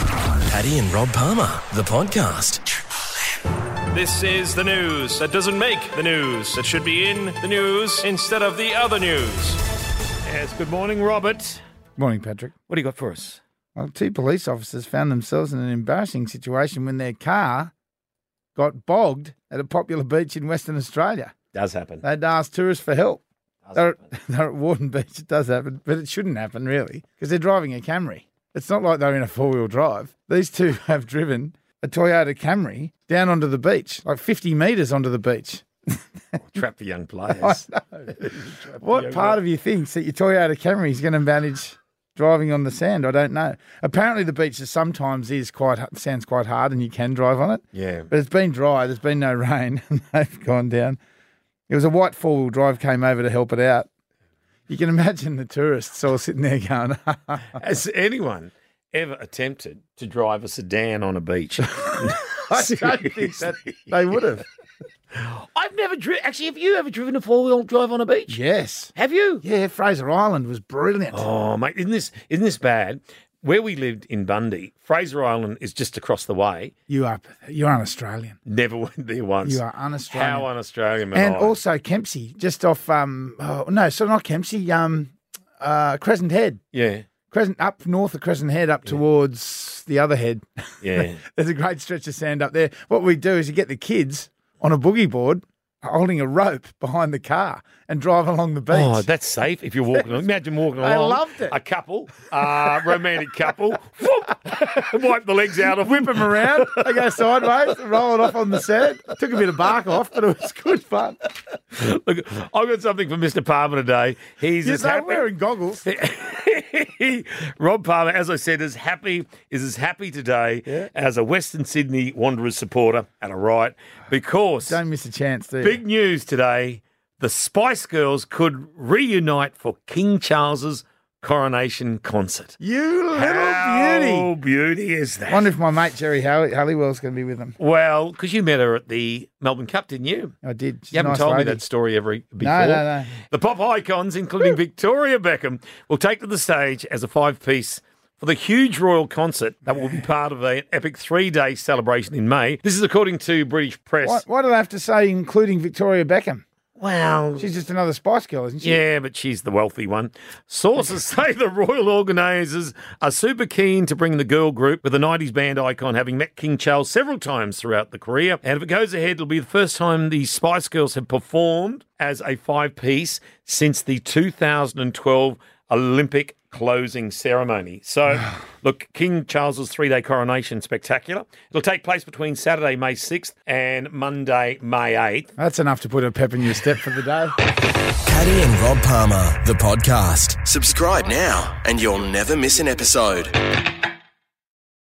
Paddy and Rob Palmer, the podcast. This is the news that doesn't make the news. That should be in the news instead of the other news. Yes, good morning, Robert. Morning, Patrick. What do you got for us? Well, two police officers found themselves in an embarrassing situation when their car got bogged at a popular beach in Western Australia. Does happen. They had to ask tourists for help. They're, they're at Warden Beach. It does happen, but it shouldn't happen, really, because they're driving a Camry. It's not like they're in a four wheel drive. These two have driven a Toyota Camry down onto the beach, like 50 metres onto the beach. Trap for young players. What part of you thinks that your Toyota Camry is going to manage driving on the sand? I don't know. Apparently, the beach is sometimes is quite sounds quite hard, and you can drive on it. Yeah. but it's been dry. There's been no rain, and they've gone down. It was a white four wheel drive came over to help it out. You can imagine the tourists all sitting there going, Has anyone ever attempted to drive a sedan on a beach? I don't think that they would have. I've never driven. Actually, have you ever driven a four wheel drive on a beach? Yes. Have you? Yeah, Fraser Island was brilliant. Oh, mate, isn't this isn't this bad? Where we lived in Bundy, Fraser Island is just across the way. You are you're un Australian. Never went there once. You are un Australian. How un Australian am and I? also Kempsey, just off um oh, no, so not Kempsey, um uh Crescent Head. yeah, Crescent up north of Crescent Head up towards the other head. yeah. There's a great stretch of sand up there. What we do is you get the kids on a boogie board holding a rope behind the car and drive along the beach. Oh, that's safe if you're walking. along. Imagine walking along. I loved it. A couple, uh, romantic couple, whoop, wipe the legs out of Whip them around, they go sideways, roll it off on the sand. Took a bit of bark off, but it was good fun. Look, I've got something for Mr. Palmer today. He's Yes, as they were happy. wearing goggles. Rob Palmer, as I said, is happy is as happy today Yeah. as a Western Sydney Wanderers supporter at a riot because Don't miss a chance there. big news today: the Spice Girls could reunite for King Charles's coronation concert. You little beauty. How beauty is that? Wonder if my mate Jerry Halli- Halliwell's going to be with them. well, because you met her at the Melbourne Cup, didn't you? I did. She's a You haven't nice told lady. me that story ever before. No, no, no. The pop icons, including Victoria Beckham, will take to the stage as a five piece for the huge royal concert that will be part of an epic three day celebration in May. This is according to British press. Why, why do they have to say including Victoria Beckham? Wow. She's just another Spice Girl, isn't she? Yeah, but she's the wealthy one. Sources say the royal organisers are super keen to bring the girl group with the 90s band icon having met King Charles several times throughout the career. And if it goes ahead, it'll be the first time the Spice Girls have performed as a five piece since the 2012 Olympic closing ceremony. So, look, King Charles's three day coronation spectacular. It'll take place between Saturday, May 6th and Monday, May 8th. That's enough to put a pep in your step for the day. Paddy and Rob Palmer, the podcast. Subscribe now and you'll never miss an episode.